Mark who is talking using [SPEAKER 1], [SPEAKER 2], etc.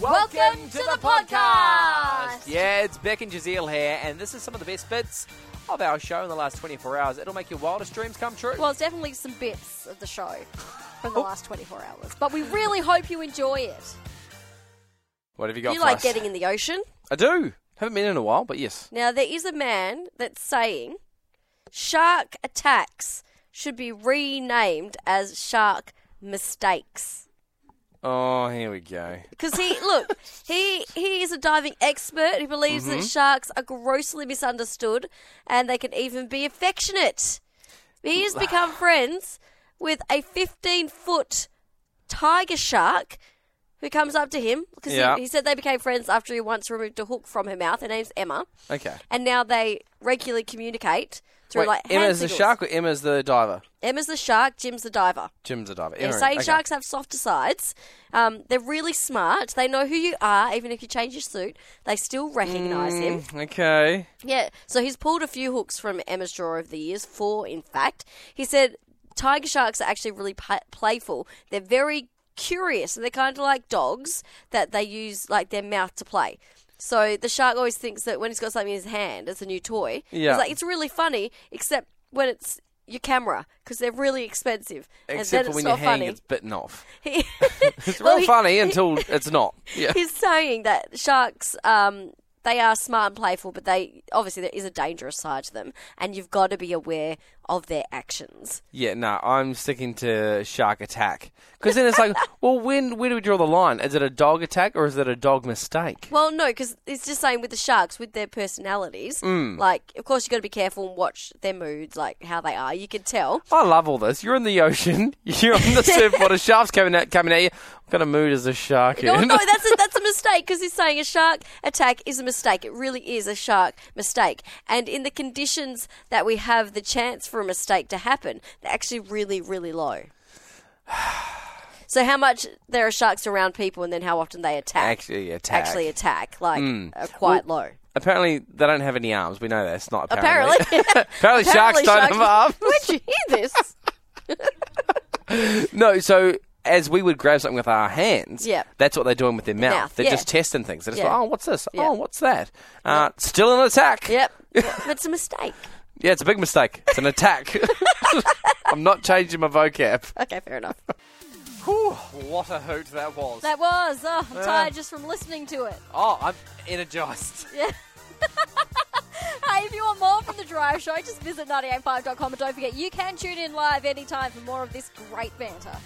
[SPEAKER 1] Welcome to the podcast.
[SPEAKER 2] Yeah, it's Beck and Jazeel here, and this is some of the best bits of our show in the last 24 hours. It'll make your wildest dreams come true.
[SPEAKER 1] Well, it's definitely some bits of the show from the last 24 hours, but we really hope you enjoy it.
[SPEAKER 2] what have you got
[SPEAKER 1] you
[SPEAKER 2] for
[SPEAKER 1] like
[SPEAKER 2] us?
[SPEAKER 1] getting in the ocean.
[SPEAKER 2] I do. Haven't been in a while, but yes.
[SPEAKER 1] Now, there is a man that's saying shark attacks should be renamed as shark mistakes.
[SPEAKER 2] Oh, here we go.
[SPEAKER 1] Because he look, he he is a diving expert. He believes
[SPEAKER 2] Mm-hmm.
[SPEAKER 1] that sharks are grossly misunderstood, and they can even be affectionate. He has become friends with a 15 foot tiger shark who comes up to him because
[SPEAKER 2] Yeah.
[SPEAKER 1] he, he said they became friends after he once removed a hook from her mouth. Her name's Emma,
[SPEAKER 2] Okay.
[SPEAKER 1] and now they regularly communicate through
[SPEAKER 2] Wait,
[SPEAKER 1] like hand
[SPEAKER 2] Emma is the
[SPEAKER 1] signals.
[SPEAKER 2] shark or Emma's the diver?
[SPEAKER 1] Emma's the shark. Jim's the diver.
[SPEAKER 2] Jim's the diver.
[SPEAKER 1] They're
[SPEAKER 2] Emma,
[SPEAKER 1] saying
[SPEAKER 2] okay.
[SPEAKER 1] sharks have softer sides. Um, they're really smart. They know who you are, even if you change your suit. They still recognise
[SPEAKER 2] Mm.
[SPEAKER 1] him.
[SPEAKER 2] Okay.
[SPEAKER 1] Yeah. So he's pulled a few hooks from Emma's drawer over the years, four in fact. He said tiger sharks are actually really pa playful. They're very curious, and they're kind of like dogs that they use like their mouth to play. So the shark always thinks that when he's got something in his hand, it's a new toy.
[SPEAKER 2] Yeah.
[SPEAKER 1] It's like it's really funny, except when it's your camera because they're really expensive. and
[SPEAKER 2] Except
[SPEAKER 1] then
[SPEAKER 2] for when
[SPEAKER 1] it's
[SPEAKER 2] your
[SPEAKER 1] not
[SPEAKER 2] hand
[SPEAKER 1] funny.
[SPEAKER 2] gets bitten off.
[SPEAKER 1] He-
[SPEAKER 2] It's
[SPEAKER 1] Well,
[SPEAKER 2] real
[SPEAKER 1] he-
[SPEAKER 2] funny until it's not. Yeah.
[SPEAKER 1] He's saying that sharks, um, they are smart and playful, but they obviously there is a dangerous side to them, and you've got to be aware of their actions.
[SPEAKER 2] Yeah, no, I'm sticking to shark attack because then it's like, well, when where do we draw the line? Is it a dog attack or is it a dog mistake?
[SPEAKER 1] Well, no, because it's just saying with the sharks, with their personalities,
[SPEAKER 2] Mm.
[SPEAKER 1] like of course you've got to be careful and watch their moods, like how they are. You can tell.
[SPEAKER 2] I love all this. You're in the ocean. You're on the surfboard. A shark's coming at coming at you. What kind of mood is a shark
[SPEAKER 1] Oh, No,
[SPEAKER 2] in?
[SPEAKER 1] no, that's a, that's a mistake because he's saying a shark attack is a mistake. It really is a shark mistake. And in the conditions that we have the chance for a mistake to happen, they're actually really, really low. So how much there are sharks around people and then how often they attack.
[SPEAKER 2] Actually attack. Hmm.
[SPEAKER 1] Actually attack, like, are quite low.
[SPEAKER 2] Apparently, they don't have any arms. We know that's not apparently.
[SPEAKER 1] Apparently. Apparently,
[SPEAKER 2] Apparently, sharks don't have arms.
[SPEAKER 1] Where'd you hear this?
[SPEAKER 2] No, so as we would grab something with our hands,
[SPEAKER 1] Yep.
[SPEAKER 2] that's what they're doing with their mouth.
[SPEAKER 1] mouth,
[SPEAKER 2] they're
[SPEAKER 1] yeah.
[SPEAKER 2] just testing things. They're just
[SPEAKER 1] Yeah.
[SPEAKER 2] like, oh, what's this?
[SPEAKER 1] Yeah.
[SPEAKER 2] Oh, what's that? Uh, Still an attack.
[SPEAKER 1] Yep. It's a mistake.
[SPEAKER 2] Yeah, it's a big mistake. It's an attack. I'm not changing my vocab.
[SPEAKER 1] Okay, fair enough.
[SPEAKER 2] Whew, what a hoot that was.
[SPEAKER 1] That was. Oh,
[SPEAKER 2] Ah.
[SPEAKER 1] I'm tired just from listening to it.
[SPEAKER 2] Oh, I'm energized.
[SPEAKER 1] Hey, if you want more from The Drive Show, just visit 985.com and don't forget you can tune in live anytime for more of this great banter.